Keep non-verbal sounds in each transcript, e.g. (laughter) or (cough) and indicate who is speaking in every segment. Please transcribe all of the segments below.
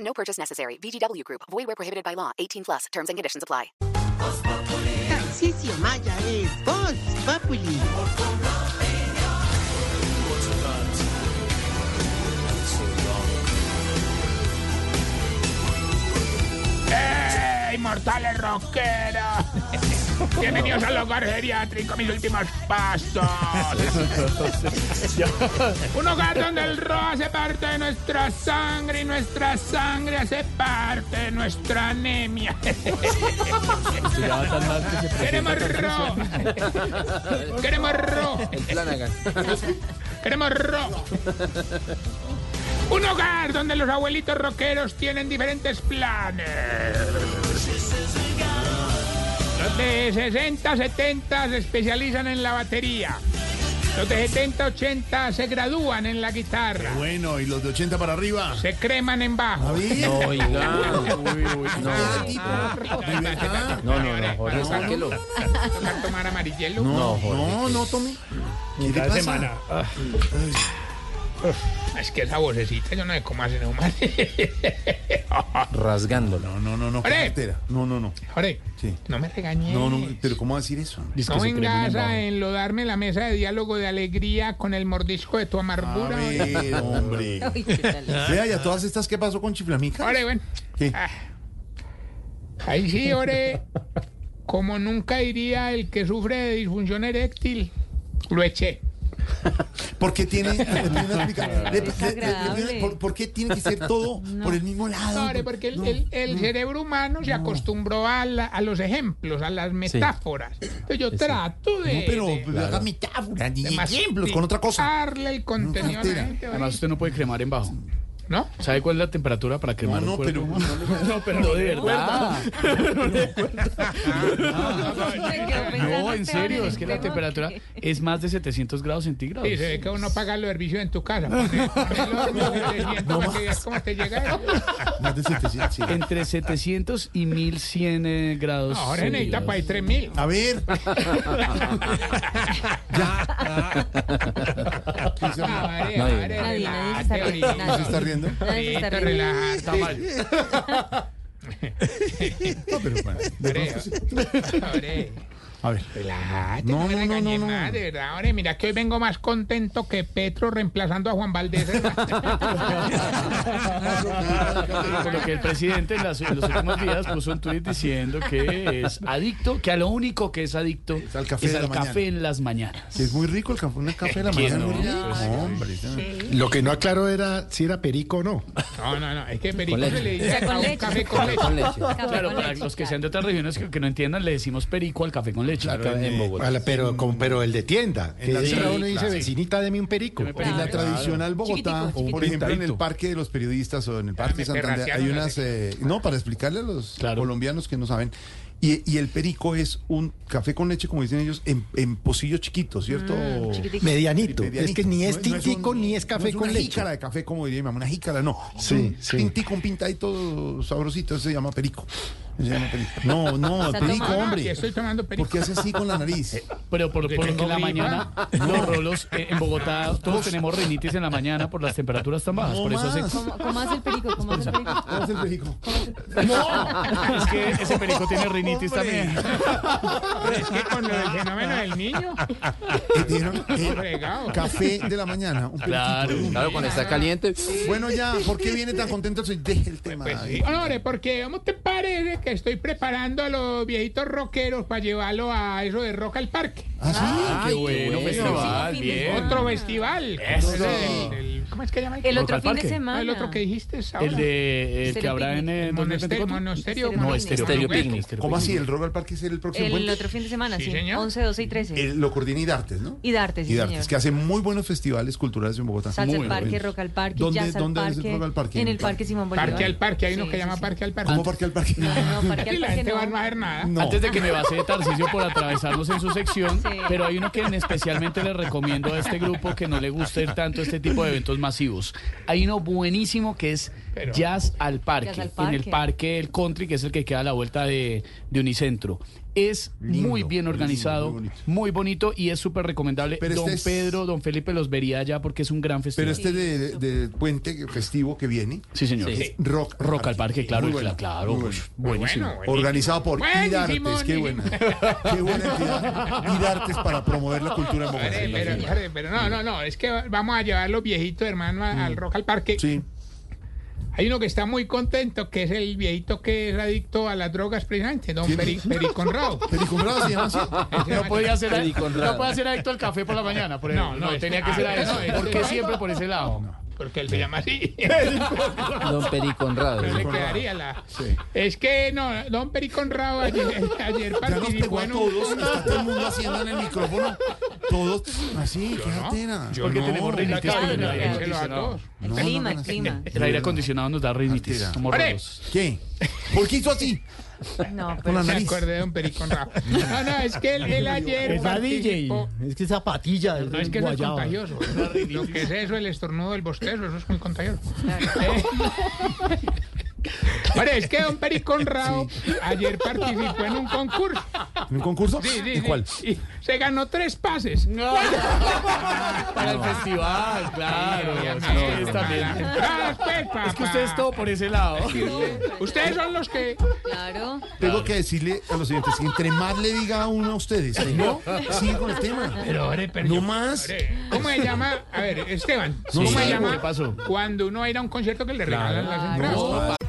Speaker 1: No purchase necessary. VGW Group. Void where prohibited by law. 18 plus. Terms and conditions apply.
Speaker 2: Tarcisio Maya es Voz Populi.
Speaker 3: ¡Eh, inmortales rockeros! Bienvenidos al hogar geriátrico, mis últimos pasos. Un hogar donde el rock hace parte de nuestra sangre y nuestra sangre hace parte de nuestra anemia. Queremos rock. Queremos rock. Queremos rock. Un hogar donde los abuelitos rockeros tienen diferentes planes. Los de 60, 70 se especializan en la batería. Los de 70, 80 se gradúan en la guitarra.
Speaker 4: Bueno, y los de 80 para arriba.
Speaker 3: Se creman en bajo.
Speaker 4: ¿Libertad?
Speaker 3: No, no, no, Jorge, sáquelo. ¿Tocar tomar amarillelo? No.
Speaker 4: No, no tome. ¿Qué le pasa?
Speaker 3: semana. Es que esa vocecita yo no sé cómo hacen nomás.
Speaker 4: No, no, no, no.
Speaker 3: ¡Ore!
Speaker 4: cartera. No, no, no.
Speaker 3: (laughs) Jorge,
Speaker 4: Sí.
Speaker 3: no me regañes.
Speaker 4: No, no, pero ¿cómo va a decir eso? hombre?
Speaker 3: No vengas a enlodarme la mesa de diálogo de alegría con el mordisco de tu
Speaker 4: A
Speaker 3: amargura.
Speaker 4: ver, hombre. Vea, ya todas estas, ¿qué pasó con Chiflamica?
Speaker 3: Ore, bueno.
Speaker 4: ¿Qué?
Speaker 3: Ah. Ahí sí, ore. Como nunca diría el que sufre de disfunción eréctil, lo eché.
Speaker 4: ¿Por qué tiene, le pido una explicación. Le- le- le- le pido una-
Speaker 5: Desagradable.
Speaker 4: por, por qué tiene que ser todo por el mismo lado?
Speaker 3: Ore, porque el, el- el cerebro humano se acostumbró a, la- a los ejemplos, a las metáforas. Entonces yo trato de...
Speaker 4: No, pero
Speaker 3: de- Ah.
Speaker 4: haga metáfora, ni
Speaker 3: de
Speaker 4: ejemplos con otra cosa.
Speaker 3: masticarle el contenido a la
Speaker 4: cartera.
Speaker 3: gente, ore.
Speaker 6: Además, usted no puede cremar en bajo.
Speaker 3: ¿No?
Speaker 6: ¿Sabe cuál es la temperatura para
Speaker 4: No,
Speaker 6: cremar
Speaker 4: no,
Speaker 6: un cuerpo?
Speaker 4: pero.
Speaker 6: No, pero no, de verdad.
Speaker 3: (laughs)
Speaker 6: No, en serio, es que la temperatura es más de 700 grados centígrados.
Speaker 3: Sí, se ve que uno paga los servicios en tu casa. Pone- pone el horno, se sienta para que veas cómo te llega eso.
Speaker 4: Más de 700, sí.
Speaker 6: Entre 700 y 1100 eh, grados.
Speaker 3: Ahora necesita
Speaker 6: centígrados.
Speaker 3: para ir 3000.
Speaker 4: A ver.
Speaker 3: Pues Vale,
Speaker 5: Nadie.
Speaker 3: vale,
Speaker 5: Ah, Nadie, nadie se
Speaker 3: relájate,
Speaker 5: está riendo,
Speaker 3: ahorita.
Speaker 5: nadie.
Speaker 4: ¿Se
Speaker 5: Nadie se
Speaker 3: Ahorita
Speaker 4: está riendo?
Speaker 5: está riendo.
Speaker 3: relájate.
Speaker 4: No, pero bueno.
Speaker 3: Ore,
Speaker 4: A ver.
Speaker 3: relájate,
Speaker 4: No,
Speaker 3: no me
Speaker 4: no, no,
Speaker 3: regañes
Speaker 4: no, no.
Speaker 3: más, de verdad, ore, mira que hoy vengo más contento que Petro reemplazando a Juan Valdés.
Speaker 4: (laughs)
Speaker 6: Por lo que el presidente en, las- en los últimos días puso un tuit diciendo que es adicto, que a lo único que es adicto es
Speaker 4: al café de la mañana.
Speaker 6: café en las mañanas.
Speaker 4: Es muy rico el café, un café de la
Speaker 6: ¿Quién
Speaker 4: mañana.
Speaker 6: no?
Speaker 4: muy rico. Hombre,
Speaker 7: Lo que no aclaró era si era perico o no.
Speaker 3: No, no, no, es que Perico
Speaker 5: leche.
Speaker 3: se le
Speaker 5: O
Speaker 3: dice
Speaker 5: sea,
Speaker 3: a
Speaker 5: con
Speaker 3: un
Speaker 5: leche.
Speaker 3: café con leche.
Speaker 5: Con leche.
Speaker 6: Claro, para los que sean de otras regiones que, que no entiendan, le decimos perico al café con leche. Acá
Speaker 4: eh,
Speaker 6: en Bogotá.
Speaker 7: A la- pero, con- pero el de tienda. Que
Speaker 4: la
Speaker 7: llega
Speaker 4: tienda,
Speaker 7: uno y dice, vecinita, deme un perico.
Speaker 6: Deme
Speaker 4: En
Speaker 6: perico.
Speaker 4: la
Speaker 5: Claro.
Speaker 4: tradicional Bogotá,
Speaker 5: Chiquitico,
Speaker 4: por ejemplo, en el Parque de los Periodistas o en el Parque
Speaker 3: me
Speaker 4: de Santander, hay
Speaker 3: terracearon,
Speaker 4: unas... eh, no, para explicarle a los
Speaker 6: Claro.
Speaker 4: colombianos que no saben. Y, y el perico es un café con leche, como dicen ellos, en, en pocillo chiquito, ¿cierto? Eh,
Speaker 5: Chiquitico.
Speaker 7: Medianito. Es
Speaker 4: Medianito.
Speaker 7: que ni
Speaker 4: No
Speaker 7: es
Speaker 4: no un-
Speaker 7: tintico ni es
Speaker 4: no
Speaker 7: café
Speaker 4: es
Speaker 7: con
Speaker 4: una
Speaker 7: leche.
Speaker 4: jícara de café, como diría mi mamá, una jícara, no.
Speaker 7: Sí,
Speaker 4: un
Speaker 7: sí.
Speaker 4: Tintico, un pintadito sabrosito, eso se llama perico. Eso se llama perico. No, no,
Speaker 5: Está
Speaker 4: perico,
Speaker 5: tomando-
Speaker 3: Y
Speaker 4: hombre.
Speaker 3: estoy tomando Perico.
Speaker 4: ¿Por qué hace así con la nariz?
Speaker 6: Pero por,
Speaker 3: Porque
Speaker 6: por
Speaker 3: tengo
Speaker 6: que la
Speaker 3: gripa.
Speaker 6: mañana, los rolos eh, en Bogotá, todos tenemos rinitis en la mañana por las temperaturas tan bajas.
Speaker 4: No
Speaker 6: por eso se-
Speaker 4: más.
Speaker 5: ¿Cómo, cómo hace el perico? ¿Cómo hace el perico?
Speaker 4: ¿Cómo es el perico?
Speaker 6: (laughs) es que ese perico tiene rinitis también.
Speaker 3: Es que con
Speaker 4: (laughs)
Speaker 3: lo del fenómeno del niño,
Speaker 4: ¿Qué dijeron? Eh,
Speaker 3: fregado.
Speaker 4: Café de la mañana. Un
Speaker 6: Claro.
Speaker 4: periquito.
Speaker 8: Claro, cuando está caliente.
Speaker 4: Bueno, ya, ¿por qué viene tan contento? Sí, Deje el tema.
Speaker 3: Pues sí. Honore, porque ¿cómo te parece que estoy preparando a los viejitos rockeros para llevarlo a eso de Rock al Parque?
Speaker 4: ¿Ah, sí?
Speaker 5: Pues
Speaker 6: Qué bueno, festival, bien.
Speaker 3: Otro festival. Eso. El, el ¿Cómo es que llama?
Speaker 5: El otro
Speaker 6: al
Speaker 5: fin de
Speaker 6: parque.
Speaker 3: No,
Speaker 5: semana.
Speaker 3: el otro que dijiste es ahora.
Speaker 6: El de el que habrá en eh,
Speaker 3: El monasterio,
Speaker 6: 2024.
Speaker 3: monasterio,
Speaker 6: No,
Speaker 5: Estéreo
Speaker 3: Picnic.
Speaker 8: Estéreo Picnic.
Speaker 4: ¿Cómo así? ¿El Rock al Parque es el próximo
Speaker 5: El
Speaker 4: puente?
Speaker 5: otro fin de semana,
Speaker 3: Sí,
Speaker 5: sí.
Speaker 3: señor.
Speaker 5: 11, 12 y 13.
Speaker 4: Eh, lo coordina Idartes, ¿no?
Speaker 5: Y Dartes, sí,
Speaker 4: Idartes,
Speaker 5: señor.
Speaker 4: que hace muy buenos festivales culturales en Bogotá.
Speaker 5: Salsa
Speaker 4: muy
Speaker 5: al Parque,
Speaker 4: buenos.
Speaker 5: Rock al Parque,
Speaker 4: ¿Dónde,
Speaker 5: Jazz al
Speaker 4: dónde
Speaker 5: Parque.
Speaker 4: es el Rock al Parque?
Speaker 5: En el Parque Simón Bolívar.
Speaker 3: Parque al parque, hay uno
Speaker 5: Sí,
Speaker 3: que llama
Speaker 5: sí, sí.
Speaker 3: Parque al parque.
Speaker 4: ¿Cómo Parque al Parque?
Speaker 5: No, no, Parque
Speaker 3: (laughs) Y
Speaker 5: al
Speaker 3: la
Speaker 5: Parque
Speaker 3: gente
Speaker 5: no.
Speaker 3: va no va a ver nada.
Speaker 4: No.
Speaker 6: Antes de que me base Tarcisio por atravesarnos en su sección,
Speaker 5: Oh. Sí.
Speaker 6: pero hay uno que en especialmente le recomiendo a este grupo que no le gusta ir tanto a este tipo de eventos masivos. Hay uno buenísimo que es
Speaker 3: Pero-
Speaker 6: Jazz al Parque,
Speaker 5: Jazz al
Speaker 6: en
Speaker 5: Parque.
Speaker 6: el Parque del Country, que es el que queda a la vuelta de, de Unicentro. Es
Speaker 4: Lindo,
Speaker 6: muy bien
Speaker 4: buenísimo,
Speaker 6: organizado,
Speaker 4: muy
Speaker 6: muy
Speaker 4: bonito.
Speaker 6: bonito, y es súper recomendable.
Speaker 4: Pero
Speaker 6: don
Speaker 4: este es-
Speaker 6: Pedro, don Felipe los vería allá porque es un gran festival.
Speaker 4: Pero este de, de puente festivo que viene,
Speaker 6: Sí, señor.
Speaker 8: Sí.
Speaker 6: Es
Speaker 4: Rock,
Speaker 6: Rock al Parque, claro,
Speaker 4: Muy
Speaker 6: el-
Speaker 4: bueno,
Speaker 6: claro,
Speaker 4: muy bueno.
Speaker 6: pues, buenísimo.
Speaker 3: Bueno, buenísimo.
Speaker 4: Organizado por
Speaker 3: Buenísimo,
Speaker 4: Idartes, qué buena.
Speaker 3: buenísimo.
Speaker 4: Qué buena entidad. Idartes para promover la cultura
Speaker 6: pues
Speaker 4: en
Speaker 3: Hombre, pero,
Speaker 4: Bogotá.
Speaker 3: hombre, pero no,
Speaker 6: Mm.
Speaker 3: no, no, es que vamos a llevar los viejitos, hermano, a- al Rock al Parque.
Speaker 4: Sí.
Speaker 3: Hay uno que está muy contento, que es el viejito que es adicto a las drogas precisamente, don
Speaker 4: ¿Quién?
Speaker 6: (laughs)
Speaker 3: Peri, Peri Conrado.
Speaker 4: Peliconrado se llama así.
Speaker 3: Ese
Speaker 6: Ah, No
Speaker 3: man-
Speaker 6: podía ser,
Speaker 8: Freddy Conrado.
Speaker 6: no podía ser adicto al café por la mañana, por ejemplo.
Speaker 3: No,
Speaker 6: No,
Speaker 3: no, este-
Speaker 6: tenía que
Speaker 3: ah,
Speaker 6: ser
Speaker 3: no,
Speaker 6: adicto.
Speaker 3: este-
Speaker 6: ¿Por qué siempre por ese lado?
Speaker 3: Porque él se llama
Speaker 6: (laughs)
Speaker 3: así. (laughs)
Speaker 8: Don Peri Conrado.
Speaker 3: Pero le
Speaker 8: sí.
Speaker 3: quedaría la... Es que no, don Peri Conrado ayer, ayer
Speaker 4: Ya nos pegó
Speaker 3: participó
Speaker 4: a
Speaker 3: en un...
Speaker 4: todos. Está todo el mundo haciendo en el micrófono. Todos así, qué atena.
Speaker 6: Porque tenemos
Speaker 4: no,
Speaker 6: rinitis
Speaker 5: claro,
Speaker 6: con el
Speaker 5: claro.
Speaker 3: Díselo
Speaker 6: aire
Speaker 3: a
Speaker 6: acondicionado.
Speaker 3: todos.
Speaker 5: El
Speaker 4: No, no,
Speaker 5: clima,
Speaker 4: no,
Speaker 5: el
Speaker 4: no.
Speaker 5: clima.
Speaker 6: El aire acondicionado nos da rinitis.
Speaker 4: Artera.
Speaker 6: Somos
Speaker 3: ¡Ore!
Speaker 6: raros.
Speaker 4: ¿Qué? ¿Por qué hizo así?
Speaker 5: No,
Speaker 4: Con la
Speaker 5: pero
Speaker 3: Me
Speaker 4: nariz.
Speaker 3: acordé de don Peri Conrado. No, no, es que él, él ayer
Speaker 9: Es la DJ.
Speaker 3: participó-
Speaker 9: Es que esa patilla del
Speaker 3: No, es que eso es
Speaker 9: guayaba.
Speaker 3: contagioso. Lo que es eso, el estornudo del bostezo, eso es muy contagioso. Pero es que don Peri Conrado ayer participó en un concurso.
Speaker 4: ¿En un concurso?
Speaker 3: Sí, sí,
Speaker 4: ¿Y
Speaker 3: sí.
Speaker 4: cuál?
Speaker 3: Y se ganó tres pases.
Speaker 6: Para el festival, claro.
Speaker 3: Ay,
Speaker 6: sí,
Speaker 3: amigo,
Speaker 6: ustedes
Speaker 3: para
Speaker 6: también.
Speaker 3: las entradas, pues, papá.
Speaker 6: Es que ustedes todo por ese lado.
Speaker 3: Ustedes son los que.
Speaker 5: claro.
Speaker 4: Tengo que decirle a los oyentes que entre más le diga a uno a ustedes, si no, sigue con el tema.
Speaker 3: Pero, hombre, pero
Speaker 4: No
Speaker 3: yo-
Speaker 4: más.
Speaker 3: hombre, ¿Cómo se llama? A ver, Esteban.
Speaker 6: Sí,
Speaker 3: ¿Cómo se
Speaker 6: claro,
Speaker 3: llama
Speaker 6: ¿qué pasó?
Speaker 3: cuando uno va a ir a un concierto que le regalan las entradas?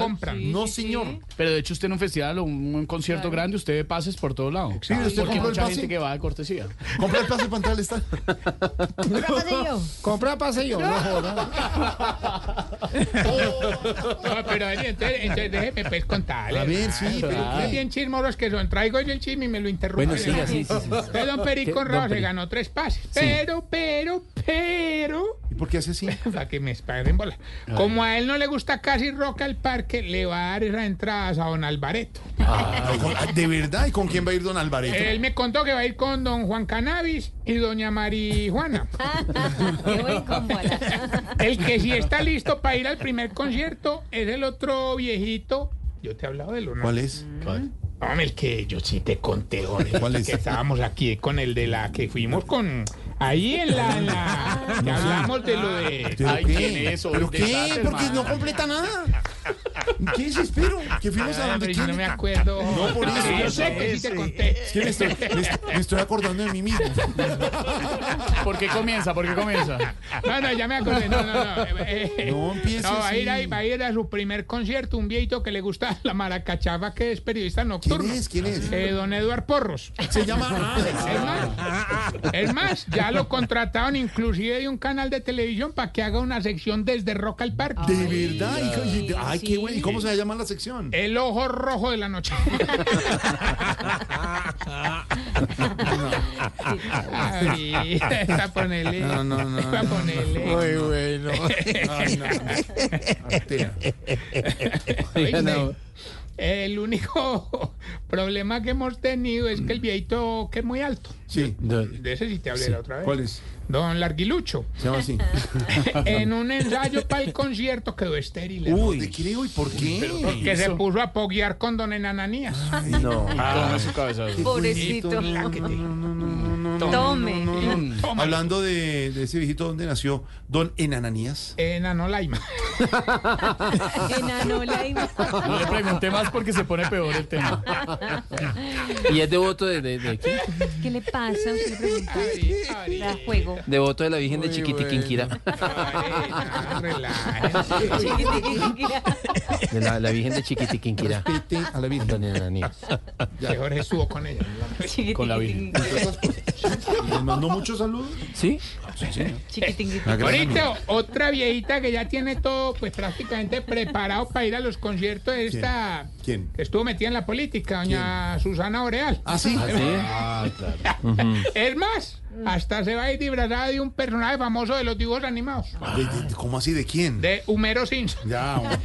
Speaker 3: compran.
Speaker 4: No, señor.
Speaker 6: Pero de hecho usted en un festival o un, un concierto grande, usted ve pases por todo lado.
Speaker 4: Sí, usted
Speaker 6: Porque hay
Speaker 4: compró el
Speaker 6: mucha
Speaker 4: pase.
Speaker 6: gente que va de cortesía.
Speaker 4: Compra el pase para está.
Speaker 9: Compra paseo.
Speaker 3: No, pero Dani, entonces, entonces déjeme pues contarle.
Speaker 4: A ver, sí, pero
Speaker 3: Qué
Speaker 4: ¿qué?
Speaker 3: bien chismosos que son. Traigo yo el chisme y me lo interrumpen.
Speaker 8: Bueno, siga, sí, sí, sí.
Speaker 3: Entonces, don
Speaker 8: ¿Qué?
Speaker 3: Perico
Speaker 8: Don
Speaker 3: Rao se
Speaker 8: Perico.
Speaker 3: ganó tres pases. Pero, pero, pero.
Speaker 4: ¿Y por qué hace así?
Speaker 3: Para que me esparen bola. Como a él no le gusta casi roca al parque, le va a dar esas entradas a don Alvareto.
Speaker 4: No, con- ¿De verdad? ¿Y con quién va a ir don Alvareto?
Speaker 3: Él me contó que va a ir con don Juan Cannabis y doña Marijuana.
Speaker 5: (laughs) Qué buen combo, Alan.
Speaker 3: El que sí está listo para ir al primer concierto es el otro viejito. Yo te he hablado de Leonardo.
Speaker 4: ¿Cuál es?
Speaker 6: Mm.
Speaker 4: Ah,
Speaker 3: Hombre, el que yo sí te conté, Jorge,
Speaker 4: ¿Cuál es?
Speaker 3: que estábamos aquí con el de la que fuimos con... Ahí en la... en la- que hablamos de lo de...
Speaker 4: Ah. ¿Pero
Speaker 6: Ay, ¿quién
Speaker 4: qué?
Speaker 6: es Eh, eso?
Speaker 4: ¿Pero
Speaker 6: El
Speaker 4: qué?
Speaker 6: desastre,
Speaker 4: Porque
Speaker 6: hermano.
Speaker 4: no completa nada. ¿Qué desespero? Que fuimos a
Speaker 3: Ah,
Speaker 4: donde
Speaker 3: pero yo no
Speaker 4: quién?
Speaker 3: me acuerdo.
Speaker 4: No, por eso,
Speaker 3: Yo
Speaker 4: yo
Speaker 3: sé que sí te conté.
Speaker 4: Es que me estoy, me estoy- me estoy acordando de mí mismo.
Speaker 6: ¿Por qué comienza? ¿Por qué comienza?
Speaker 3: No, no, ya me acordé. No, no, no. Eh, eh,
Speaker 4: No empieces
Speaker 3: no, va a ir,
Speaker 4: así.
Speaker 3: ahí, va a ir a su primer concierto, un viejito que le gusta la maracachafa, que es periodista
Speaker 4: ¿Quién
Speaker 3: nocturno.
Speaker 4: es? ¿Quién es?
Speaker 3: Eh, don Eduard Porros.
Speaker 4: Se llama.
Speaker 3: Es más, es más, ya lo contrataron inclusive de un canal de televisión para que haga una sección desde Rock al Parque.
Speaker 4: ¿De verdad? hijo? Y-
Speaker 5: sí.
Speaker 4: Ay, qué bueno. ¿Y cómo se llama la sección?
Speaker 3: El ojo rojo de la noche. Ay, está ponerle.
Speaker 4: No, no, no,
Speaker 3: está
Speaker 4: no,
Speaker 3: ponerle.
Speaker 4: bueno. (laughs)
Speaker 8: Oiga,
Speaker 3: Oíste,
Speaker 8: no.
Speaker 3: El único problema que hemos tenido es que el viejito que es muy alto.
Speaker 4: Sí.
Speaker 3: De ese sí te hablé
Speaker 4: Sí.
Speaker 3: la otra vez.
Speaker 4: ¿Cuál es?
Speaker 3: Don Larguilucho.
Speaker 4: Se llama así.
Speaker 3: (laughs) en un ensayo para el concierto quedó estéril.
Speaker 4: ¿De creo y por qué?
Speaker 3: Que se puso a poguear con don Enananías.
Speaker 4: No.
Speaker 6: Toma su cabezazo.
Speaker 5: (laughs) Pobrecito. Tome.
Speaker 3: Toma.
Speaker 4: Hablando de, de ese viejito donde nació, don Enananías.
Speaker 3: Enano Laima.
Speaker 5: Enano Laima.
Speaker 6: No le pregunté más porque se pone peor el tema.
Speaker 8: Y es devoto de, de, de quién?
Speaker 5: ¿Qué le pasa? Usted le pregunta. Da juego.
Speaker 8: Devoto de la Virgen de
Speaker 4: Muy
Speaker 8: Chiquitiquinquirá.
Speaker 3: Ay, no, relájese.
Speaker 8: De la, la Virgen de Chiquitiquinquirá.
Speaker 4: Pete a la vida.
Speaker 8: Don Ananías.
Speaker 3: Que Jorge estuvo con ella.
Speaker 6: Con la Virgen.
Speaker 4: Les mandó muchos saludos.
Speaker 8: ¿Sí?
Speaker 5: Chiquitinguito.
Speaker 3: Ahorita otra viejita que ya tiene todo pues prácticamente preparado para ir a los conciertos de esta
Speaker 4: ¿Quién?
Speaker 3: que estuvo metida en la política, doña Susana Oreal.
Speaker 4: ¿Ah, sí?
Speaker 8: ¿Sí?
Speaker 3: Es más, hasta se va a ir disfrazada de un personaje famoso de los dibujos animados,
Speaker 4: ¿De- de- ¿Cómo así? ¿De quién?
Speaker 3: de Homero Simpson.
Speaker 4: (laughs) Ya, hombre.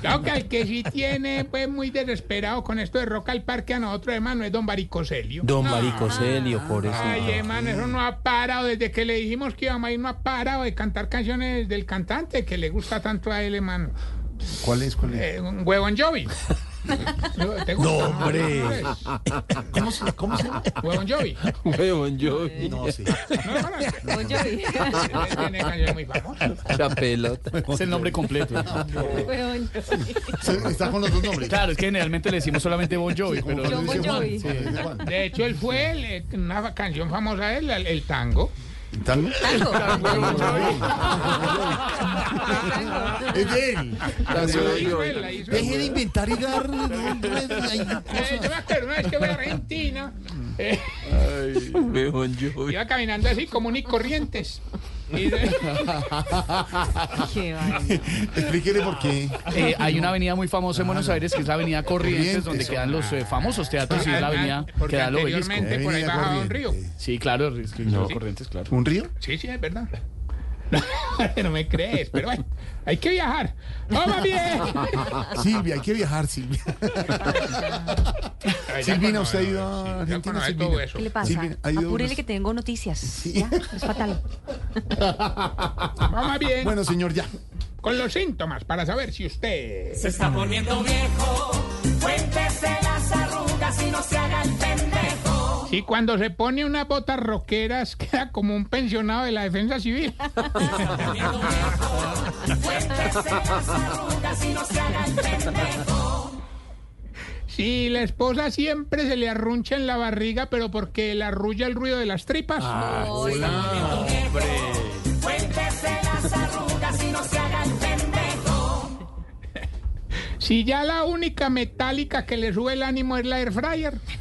Speaker 3: Claro que al que sí tiene, pues muy desesperado con esto de Rock al Parque, a nosotros, hermano, es Don Baricoselio.
Speaker 8: Don Maricoselio,
Speaker 3: Ay,
Speaker 8: pobrecito.
Speaker 3: hermano, eso no ha parado. Desde que le dijimos que íbamos a ir, no ha parado de cantar canciones del cantante que le gusta tanto a él, hermano.
Speaker 4: ¿Cuál es? ¿Cuál es?
Speaker 3: Eh, un huevón
Speaker 4: (laughs)
Speaker 3: Jovi. ¿Te gusta, no, hombre.
Speaker 4: ¿Cómo se, cómo se llama?
Speaker 3: Huevón Jovi.
Speaker 8: Huevón, yo.
Speaker 4: No, sí.
Speaker 3: No, hermano,
Speaker 5: Oye,
Speaker 3: tiene canciones muy famosas.
Speaker 8: La pelota.
Speaker 6: Es el nombre completo.
Speaker 5: huevón.
Speaker 4: Está con los dos nombres.
Speaker 6: Claro, es que generalmente le decimos solamente Bon Jovi, pero
Speaker 5: John Bon Jovi.
Speaker 3: De hecho, él fue el, eh, una canción famosa de él, el, el tango.
Speaker 4: ¿Tango? Ah,
Speaker 5: Tango.
Speaker 4: Es de él.
Speaker 8: La
Speaker 3: La
Speaker 8: soy
Speaker 3: hizo
Speaker 8: yo.
Speaker 3: él, la hizo él.
Speaker 4: Deje de inventar y dar nombres. ay,
Speaker 3: Eh, yo me acuerdo una vez que fui a Argentina. eh,
Speaker 8: Huevón, yo.
Speaker 3: iba caminando así, común y corrientes. Y
Speaker 6: (laughs)
Speaker 3: de-
Speaker 5: Qué vaina.
Speaker 4: Explíquele por qué.
Speaker 6: eh, hay una avenida muy famosa en Buenos Aires que es la avenida Corrientes, donde quedan los eh, famosos teatros y es la avenida que
Speaker 3: Ah, porque
Speaker 6: da los obelisco.
Speaker 3: anteriormente por ahí
Speaker 4: Avenida
Speaker 3: bajaba un río.
Speaker 4: Corrientes.
Speaker 6: Sí, claro, es que
Speaker 3: Sí.
Speaker 6: Corrientes, claro.
Speaker 4: ¿Un río?
Speaker 3: Sí, sí, es verdad. (laughs) no me crees, pero bueno, hay que viajar. ¡Vamos bien!
Speaker 4: Silvia, hay que viajar, Silvia.
Speaker 3: Ay, ya
Speaker 4: Silvina,
Speaker 3: conoce,
Speaker 4: usted ha ido a
Speaker 3: sí, ya
Speaker 4: Argentina,
Speaker 3: conoce
Speaker 4: Silvina.
Speaker 3: todo eso.
Speaker 5: ¿Qué le pasa?
Speaker 4: Sí, mira, ha ido
Speaker 5: Apúrele
Speaker 4: unos-
Speaker 5: que tengo noticias. Ya, es fatal.
Speaker 3: Vamos bien
Speaker 4: Bueno, señor, ya.
Speaker 3: con los síntomas para saber si usted...
Speaker 10: Se está poniendo viejo. Cuéntese las arrugas y no se haga el pendejo.
Speaker 3: Si cuando se pone unas botas roqueras (laughs) queda como un pensionado de la defensa civil.
Speaker 10: Cuéntese las arrugas y no se haga el pendejo.
Speaker 3: Si la esposa siempre se le arruncha en la barriga, pero porque le arrulla el ruido de las tripas.
Speaker 10: Cuéntese las arrugas y no se haga el pendejo.
Speaker 3: Si ya la única metálica que le sube el ánimo es la air fryer. (laughs)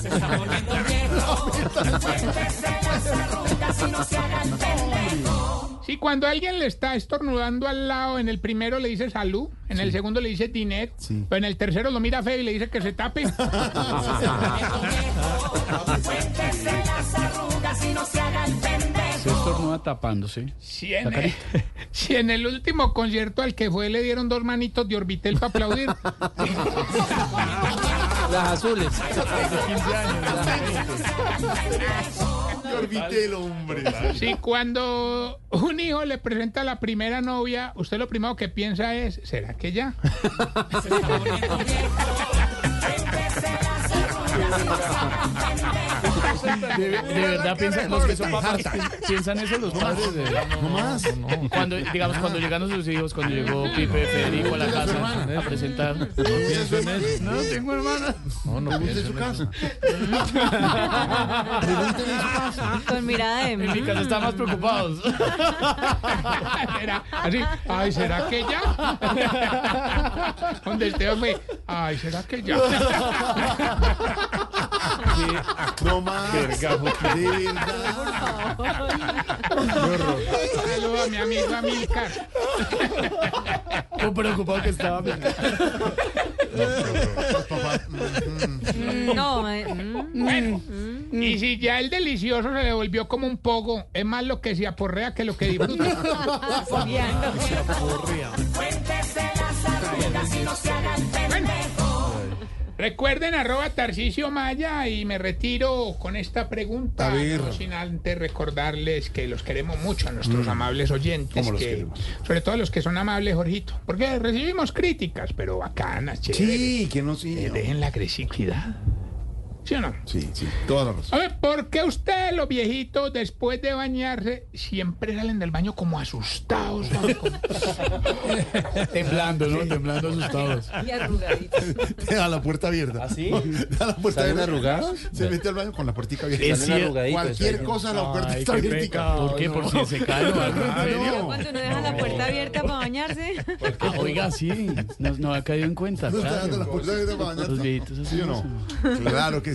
Speaker 10: Se está poniendo viejo. Cuéntese las arrugas y no se haga el pendejo.
Speaker 3: Si cuando alguien le está estornudando al lado, en el primero le dice salud, en el segundo le dice dinero,
Speaker 4: Sí.
Speaker 3: pero en el tercero lo mira feo y le dice que se tape.
Speaker 10: Cuéntese las arrugas y no se haga el
Speaker 6: Se
Speaker 10: pendejo.
Speaker 6: estornuda tapándose.
Speaker 3: Si en, el, (laughs) si en el último concierto al que fue le dieron dos manitos de orbitel para aplaudir.
Speaker 8: Las azules.
Speaker 4: Yo orbité el hombre.
Speaker 3: si cuando un hijo le presenta a la primera novia, usted lo primero que piensa es, ¿será que ya? (laughs)
Speaker 6: De, de verdad piensan los que son papás. Piensan eso los padres. de verdad.
Speaker 4: No más.
Speaker 6: Cuando, digamos, cuando llegaron sus hijos, cuando llegó Pipe Federico a la casa a presentar. No tengo hermana.
Speaker 4: Pregúntele en su casa. Pregúntele en su casa.
Speaker 5: Con mirada de
Speaker 6: En mi
Speaker 5: mí.
Speaker 6: casa están más preocupados.
Speaker 3: Era así, ay, ¿será que ya? (laughs) Donde Esteban fue, ay, ¿será que ya? (laughs)
Speaker 4: No más. De verdad.
Speaker 3: Saludo a mi amigo Amilcar.
Speaker 6: Lo preocupado que estaba.
Speaker 5: Mm, No, eh, mm.
Speaker 3: Bueno,
Speaker 4: Mm.
Speaker 3: y si ya el delicioso se le volvió como un pogo, es más lo que se aporrea que lo que disfruta.
Speaker 5: Obviando.
Speaker 10: Cuéntese las arrugas y no se haga el pendejo.
Speaker 3: Recuerden arroba Tarcicio Maya y me retiro con esta pregunta.
Speaker 4: A ver.
Speaker 3: no sin antes recordarles que los queremos mucho a nuestros
Speaker 4: Mm.
Speaker 3: amables oyentes.
Speaker 4: ¿Cómo los
Speaker 3: que-
Speaker 4: queremos?
Speaker 3: sobre todo a los que son amables, Jorgito. Porque recibimos críticas, pero bacanas, chéveres.
Speaker 4: Sí, que no sí.
Speaker 3: Eh, Dejen la agresividad. ¿Sí o no?
Speaker 4: Sí, sí, toda la razón.
Speaker 3: A ver, ¿por qué ustedes, los viejitos, después de bañarse, siempre salen del baño como asustados? ¿no? Como-
Speaker 6: (laughs) Temblando, ¿no? Temblando asustados.
Speaker 5: Y arrugaditos.
Speaker 4: Deja la puerta abierta.
Speaker 8: ¿Así?
Speaker 4: Deja la puerta
Speaker 8: ¿Salen
Speaker 4: abierta.
Speaker 8: arrugados?
Speaker 4: Se mete al baño con la puertica abierta.
Speaker 6: Es cierto.
Speaker 4: Cualquier cosa la puerta
Speaker 6: Ay,
Speaker 4: está
Speaker 6: qué
Speaker 4: abierta.
Speaker 6: pecado, ¿Por qué? ¿Por si se cae o algo? ¿En
Speaker 5: Pero
Speaker 6: serio?
Speaker 5: cuando uno deja la puerta abierta para bañarse.
Speaker 6: Ah, oiga, sí. No, no ha caído en cuenta.
Speaker 4: No está
Speaker 6: claro.
Speaker 4: dando la puerta abierta para
Speaker 6: Los
Speaker 4: bañarse.
Speaker 6: viejitos así
Speaker 4: ¿Sí o no? Claro que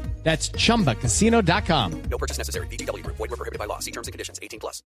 Speaker 9: That's chumbacasino.com.